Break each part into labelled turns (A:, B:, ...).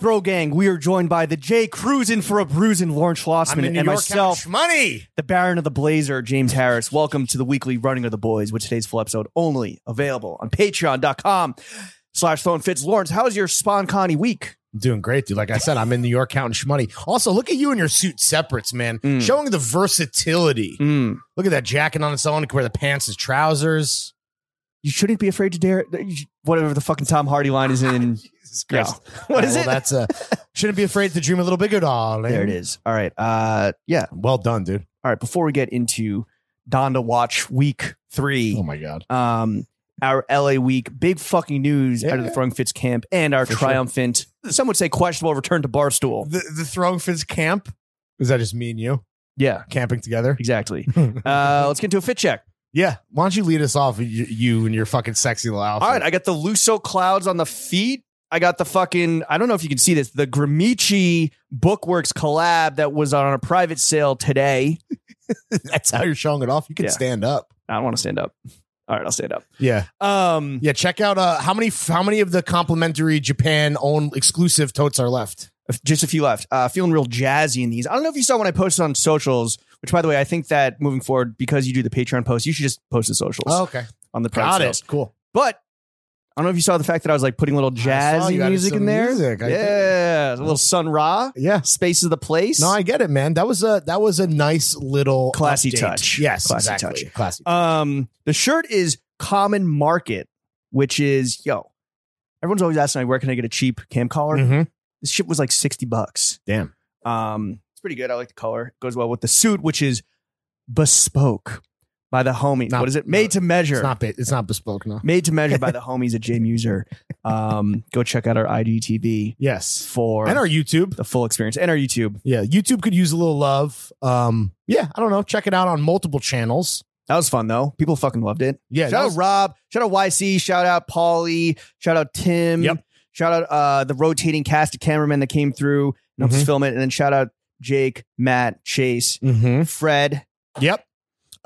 A: Bro Gang, we are joined by the J Cruisin' for a Bruisin' Lauren Schlossman and myself,
B: money.
A: the Baron of the Blazer, James Harris. Welcome to the weekly Running of the Boys, with today's full episode only available on patreon.com slash throwing fits. Lawrence, how's your Sponconi week?
B: Doing great, dude. Like I said, I'm in New York counting shmoney. Also, look at you and your suit separates, man.
A: Mm.
B: Showing the versatility.
A: Mm.
B: Look at that jacket on its own. Can wear the pants and trousers.
A: You shouldn't be afraid to dare, you sh- whatever the fucking Tom Hardy line is in.
B: Jesus
A: Yeah.
B: Christ.
A: What is
B: Well,
A: it?
B: Oh, That's a shouldn't be afraid to dream a little bigger, darling.
A: there it is. All right. Uh, yeah.
B: Well done, dude.
A: All right. Before we get into Donda Watch week three,
B: Oh my god.
A: um, our LA week, big fucking news out of the
B: Yeah.
A: Throwing Fits camp, and our
B: For sure.
A: triumphant, some would say questionable return to Barstool.
B: The the throwing fits camp. Is that just me and you
A: Yeah,
B: camping together?
A: exactly. uh, let's get into a fit check.
B: Yeah. Why don't you lead us off? You, you and your fucking sexy little outfit.
A: All right, I got the Luso clouds on the feet. I got the fucking, I don't know if you can see this, the Gramici Bookworks collab that was on a private sale today.
B: That's how you're showing it off. You can
A: Yeah.
B: stand up.
A: I don't want to stand up. All right, I'll stand up.
B: Yeah.
A: Um,
B: Yeah, check out uh, how many how many of the complimentary Japan own exclusive totes are left.
A: just a few left. Uh, feeling real jazzy in these. I don't know if you saw when I posted on socials, which by the way, I think that moving forward, because you do the Patreon post, you should just post the socials
B: Oh, okay,
A: on the private
B: got
A: sales.
B: it. Cool.
A: But I don't know if you saw the fact that I was like putting a little
B: saw
A: jazzy
B: you added
A: music
B: some
A: in there.
B: music, I
A: yeah, a little Sun Ra.
B: Yeah.
A: Space is the place.
B: No, I get it, man. That was a that was a nice little
A: Classy
B: update.
A: touch.
B: Yes,
A: Classy
B: exactly. Classy.
A: um, the shirt is Common Market, which is yo. Everyone's always asking me where can I get a cheap cam collar.
B: Mhm.
A: This shit was like sixty bucks.
B: Damn.
A: Um, it's pretty good. I like the color. Goes well with the suit, which is bespoke by the homie.
B: Not-
A: what is it? Made to
B: no,
A: measure.
B: It's not ba- it's not bespoke no.
A: Made to measure by the homies at J Muser. Um, go check out our IGTV
B: Yes,
A: for
B: and our YouTube.
A: the full experience and our YouTube.
B: Yeah, YouTube could use a little love. Um, yeah, I don't know. Check it out on multiple channels.
A: That was fun though. People fucking loved it.
B: Yeah, that
A: shout
B: was-
A: out Rob. Shout out YC. Shout out Paulie. Shout out Tim.
B: Yep.
A: Shout out uh, the rotating cast of cameramen that came through and helped us
B: Mhm.
A: film it. And then shout out Jake, Matt, Chase,
B: Mhm.
A: Fred.
B: Yep,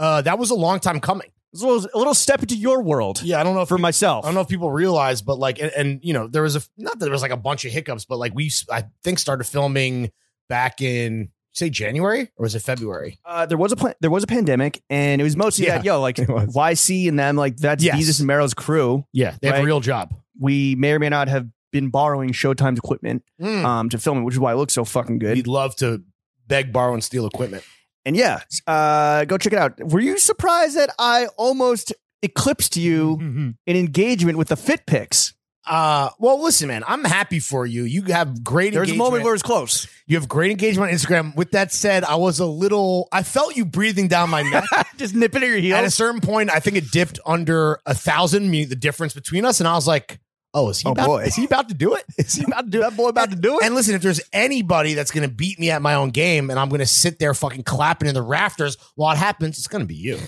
B: uh, that was a long time coming.
A: It was a little, a little step into your world
B: Yeah, I don't know if
A: for myself.
B: I don't know if people realize, but like, and, and you know, there was a not that there was like a bunch of hiccups, but like we, I think, started filming back in say January or was it February?
A: Uh, there was a plan, there was a pandemic, and it was mostly
B: Yeah,
A: that yo like
B: it was.
A: YC and them like that's
B: Yes.
A: Jesus and Merrill's crew.
B: Yeah, they have
A: Right.
B: a real job.
A: We may or may not have been borrowing Showtime's equipment um, to film it, which is why it looks so fucking good.
B: Uh, We'd love to beg, borrow, and steal equipment.
A: And yeah, uh, go check it out. Were you surprised that I almost eclipsed you in engagement with the fit picks?
B: Uh, well, listen, man, I'm happy for you. You have great.
A: There was a
B: engagement.
A: moment where it was close.
B: you have great engagement on Instagram. With that said, I was a little. I felt you breathing down my neck.
A: Just nipping at your
B: At a
A: heels.
B: certain point, I think it dipped under a thousand. meaning The difference between us, and I was like, "Oh, is he?
A: Oh,
B: about,
A: boy.
B: is he about to do it? Is he
A: About to do that boy about to do it.
B: And listen, if there's anybody that's going to beat me at my own game and I'm going to sit there fucking clapping in the rafters while it happens, it's going to be you.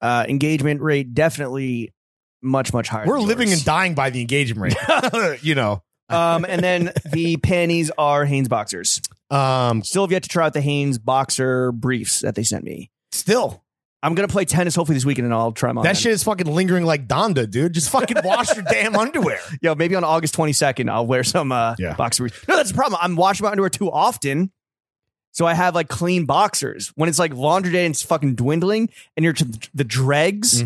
A: Uh, engagement rate definitely much much higher.
B: We're
A: than
B: living
A: yours.
B: and dying by the engagement rate. you know.
A: um, and then the panties are Hanes boxers.
B: Um
A: Still have yet to try out the Hanes boxer briefs that they sent me.
B: still.
A: I'm gonna play tennis hopefully this weekend, and I'll try them on.
B: That shit is fucking lingering like Donda, dude. Just fucking wash your damn underwear.
A: Yo, maybe on August 22nd, I'll wear some uh,
B: Yeah.
A: boxer briefs. No, that's the problem. I'm washing my underwear too often. So I have like clean boxers. When it's like laundry day and it's fucking dwindling and you're to the dregs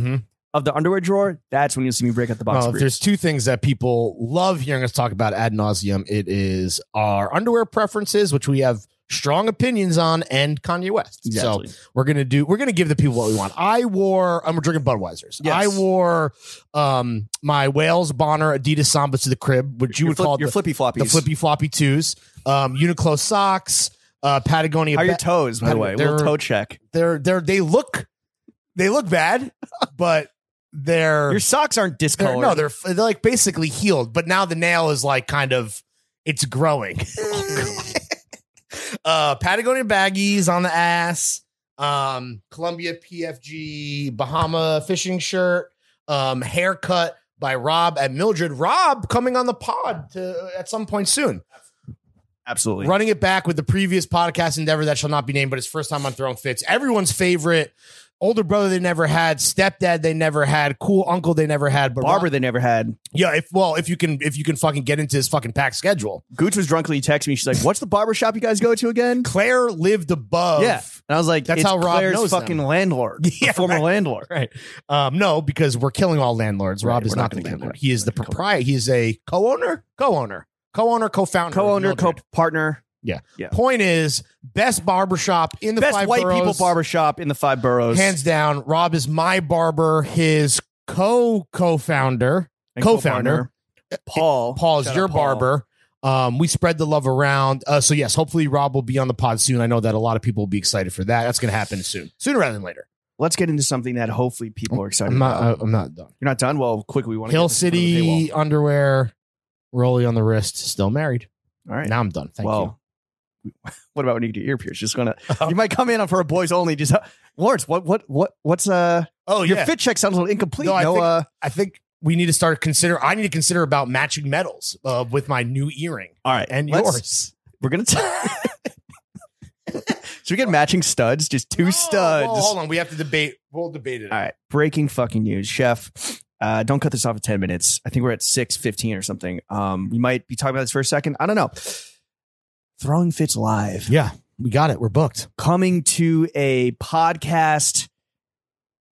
A: of the underwear drawer, that's when you'll see me break out the boxer
B: Mm-hmm. Well, Mm. Oh, if
A: briefs.
B: there's two things that people love hearing us talk about ad nauseum, it is our underwear preferences, which we have strong opinions on, and Kanye West. So
A: Exactly.
B: We're gonna do. We're gonna give the people what we want. I wore. I'm drinking Budweisers.
A: Yes.
B: I wore um my Wales Bonner Adidas Samba to the crib, which you
A: Your
B: would
A: flip-
B: call
A: your
B: the,
A: flippy floppies.
B: the flippy floppy twos. Um, Uniqlo socks, uh, Patagonia.
A: How are your
B: ba-
A: toes, by the way? Little
B: They're-
A: toe check.
B: they're they're they look they look bad, but they're,
A: Your socks aren't
B: they're
A: discolored.
B: no they're they're like basically healed, but now the nail is like kind of it's growing. uh Patagonia baggies on the ass, um Columbia PFG Bahama fishing shirt, um haircut by Rob at Mildred. Rob coming on the pod to, uh, at some point soon.
A: Absolutely.
B: Running it back with the previous podcast endeavor that shall not be named, but his first time on Throne Fits. Everyone's favorite older brother they never had, stepdad they never had, cool uncle they never had, but
A: Barber
B: Rob-
A: they never had.
B: yeah, if well, if you can, if you can fucking get into his fucking pack schedule,
A: Gooch was drunkenly texting me. She's like, "What's the barber shop you guys go to again?"
B: Claire lived above.
A: Yeah, and I was like,
B: That's
A: "It's
B: how Rob
A: Claire's
B: knows them."
A: fucking landlord,
B: Yeah,
A: yeah, former
B: right.
A: landlord."
B: Right. Um, no, because we're killing all landlords. Rob
A: Right,
B: is
A: we're not
B: not the
A: gonna kill
B: landlord.
A: them.
B: He is the proprietor. He is a co-owner, co-owner, co-owner, co-founder, of
A: Co-owner,
B: Mildred.
A: co-partner,
B: Point is, best barbershop in the
A: best
B: five
A: white
B: boroughs,
A: people barber shop in the five boroughs,
B: hands down. Rob is my barber. His co co-founder,
A: And
B: co-founder.
A: co-partner. Paul.
B: Paul is
A: Shout out
B: your
A: Paul.
B: barber. Um, we spread the love around. Uh, so yes, hopefully Rob will be on the pod soon. I know that a lot of people will be excited for that. That's going to happen soon, sooner rather than later.
A: Let's get into something that hopefully people are excited
B: I'm not.
A: about.
B: I- I'm not done.
A: You're not done. Well, quick, we want to
B: Hill
A: get this in front of the
B: City underwear, Rolly on the wrist, still married.
A: paywall. All right.
B: Now I'm done. Thank
A: well, what about when you get your ear pierced? Just gonna.
B: Uh-huh.
A: You might come in for a boys only. Just uh, Lawrence, what what what what's uh?
B: you. Oh
A: Your fit check sounds a little incomplete.
B: No,
A: No,
B: I think-
A: uh,
B: I think we need to start consider. I need to consider about matching medals uh, with my new earring
A: all right,
B: and
A: let's-
B: yours.
A: We're gonna. T- Should we get matching studs? uh, Just two
B: No,
A: studs.
B: Oh, well, hold on, we have to debate. We'll debate it.
A: All right. Breaking fucking news, Chef. Uh, don't cut this off at ten minutes. I think we're at six fifteen or something. Um, we might be talking about this for a second. I don't know. Throwing fits live
B: Yeah, we got it. We're booked.
A: coming to a podcast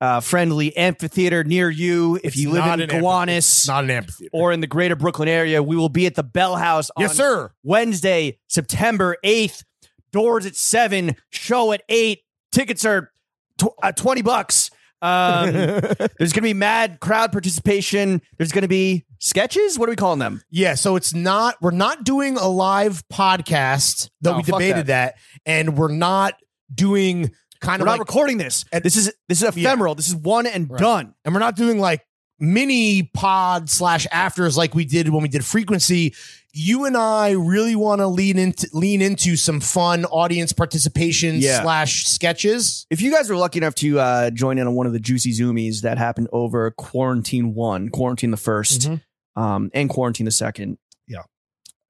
A: uh, friendly amphitheater near you. If
B: It's
A: you live
B: not
A: in
B: an amphi-
A: Gowanus
B: It's not an amphitheater.
A: or in the greater Brooklyn area, we will be at the Bell House on
B: yes, sir.
A: Wednesday, September 8th. Doors at 7, show at 8. Tickets are tw- uh, 20 bucks. Um, there's going to be mad crowd participation. There's going to be sketches. What are we calling them?
B: Yeah, so it's not we're not doing a live podcast though
A: No,
B: we
A: Oh, fuck
B: debated that. and we're not doing kind
A: We're not
B: of like
A: recording this. This is this is ephemeral. This is one and
B: Right.
A: done.
B: and we're not doing like mini pod slash afters like we did when we did frequency. You and I really want to lean into lean into some fun audience participation
A: Yeah.
B: slash sketches.
A: If you guys were lucky enough to uh, join in on one of the juicy zoomies that happened over quarantine one, quarantine the 1st um, and quarantine the second,
B: Mm-hmm. Yeah.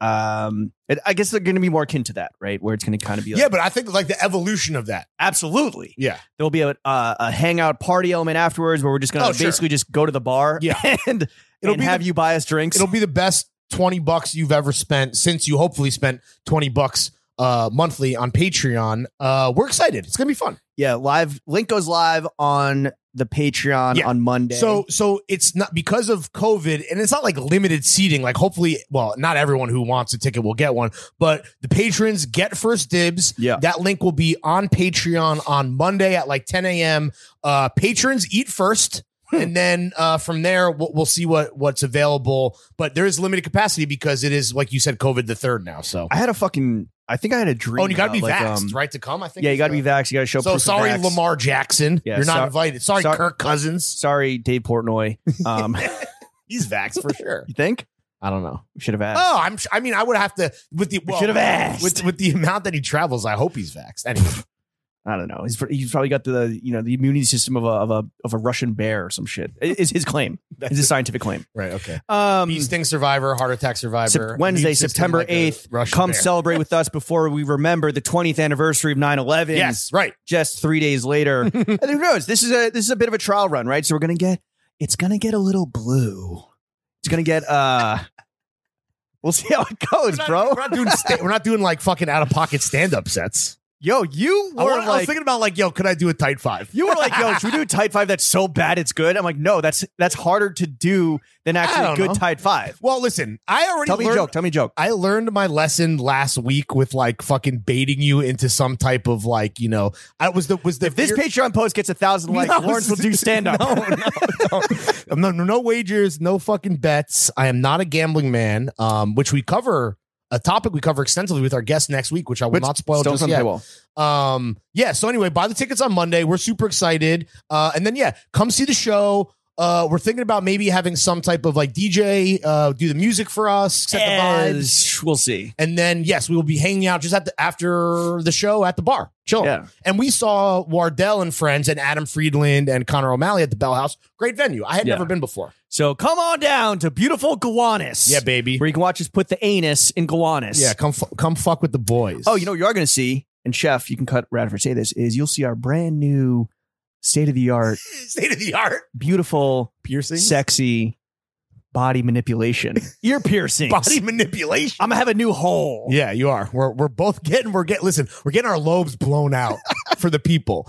A: um, it, I guess they're going to be more akin to that, right? Where it's going to kind of be like,
B: Yeah, but I think like the evolution of that.
A: absolutely,
B: Yeah.
A: there'll be a, uh, a hangout party element afterwards where we're just going to
B: Oh, sure.
A: basically just go to the bar
B: Yeah.
A: and,
B: It'll
A: and
B: be
A: have
B: the-
A: you buy us drinks.
B: It'll be the best 20 bucks you've ever spent since you hopefully spent 20 bucks uh monthly on Patreon. Uh we're excited. It's going to be fun.
A: yeah, live link goes live on the Patreon
B: Yeah.
A: on Monday.
B: So so it's not because of COVID, and it's not like limited seating. Like hopefully, well, not everyone who wants a ticket will get one, but the patrons get first dibs.
A: Yeah.
B: That link will be on Patreon on Monday at like 10 a.m. Uh, patrons eat first. And then uh, from there, we'll, we'll see what what's available. But there is limited capacity because it is, like you said, COVID the third now. So,
A: I had a fucking I think I had a dream.
B: oh, and you got to
A: about,
B: be
A: like,
B: vaxxed,
A: um,
B: right, to come. I think.
A: Yeah, you
B: is
A: got to
B: the-
A: be vaxxed. You got to show.
B: So
A: proof of
B: sorry,
A: vax.
B: Lamar Jackson.
A: Yeah,
B: You're not
A: so-
B: invited. Sorry,
A: sorry-
B: Kirk Cousins.
A: Sorry, Dave Portnoy. Um,
B: He's vaxxed for sure.
A: you think
B: I don't know.
A: we should have asked?
B: Oh, I'm. I mean, I would have to with the well,
A: should have asked.
B: with, with the amount that he travels. I hope he's vaxxed. Anyway, Oh!
A: I don't know. He's, pr- he's probably got the you know the immunity system of a of a of a Russian bear or some shit. I- Is his claim? Is his scientific claim?
B: right. Okay.
A: Um,
B: Bee sting survivor, heart attack survivor.
A: Sep- Wednesday,
B: immune system
A: September
B: like a
A: 8th,
B: Russian
A: come
B: bear.
A: celebrate with us before we remember the 20th anniversary of 9-11
B: Yes, right.
A: just three days later and who knows this is a this is a bit of a trial run right so we're gonna get it's gonna get a little blue it's gonna get uh we'll see how it goes bro
B: We're not doing. Sta- we're not doing like fucking out of pocket stand up sets.
A: yo you
B: I,
A: were
B: wa- I was
A: like
B: thinking about like, yo, could I do a tight five?
A: you were like yo should we do a tight five that's so bad it's good i'm like no that's that's harder to do than actually a
B: don't
A: good
B: know.
A: tight five
B: Well, listen, I already
A: tell me a
B: learned-
A: joke tell me a joke
B: I learned my lesson last week with like fucking baiting you into some type of like you know I was the was the
A: if this
B: fear-
A: patreon post gets a thousand likes
B: No,
A: lawrence will do stand up
B: No, no, no, no, no wagers, no fucking bets. I am not a gambling man, um, which we cover a topic we cover extensively with our guest next week, which I will
A: Which
B: not spoil
A: Stones
B: just
A: on the
B: yet.
A: paywall.
B: Um, yeah. So anyway, buy the tickets on Monday. We're super excited, uh, and then yeah, come see the show. Uh, we're thinking about maybe having some type of like DJ uh, do the music for us, set the vibes.
A: As- We'll see.
B: And then yes, we will be hanging out just at the after the show at the bar, chilling.
A: Yeah.
B: And we saw Wardell and friends and Adam Friedland and Connor O'Malley at the Bell House. Great venue. I had
A: Yeah.
B: never been before.
A: So come on down to beautiful Gowanus.
B: Yeah, baby.
A: Where you can watch us put the anus in Gowanus.
B: Yeah, come fu- come fuck with the boys.
A: Oh, you know what you are going to see, and Chef, you can cut Radford say this is you'll see our brand new state of the art,
B: state of the art
A: beautiful,
B: piercing,
A: sexy body manipulation, ear piercings.
B: body manipulation.
A: I'm gonna have a new hole.
B: Yeah, you are. We're we're both getting we're getting listen, we're getting our lobes blown out for the people.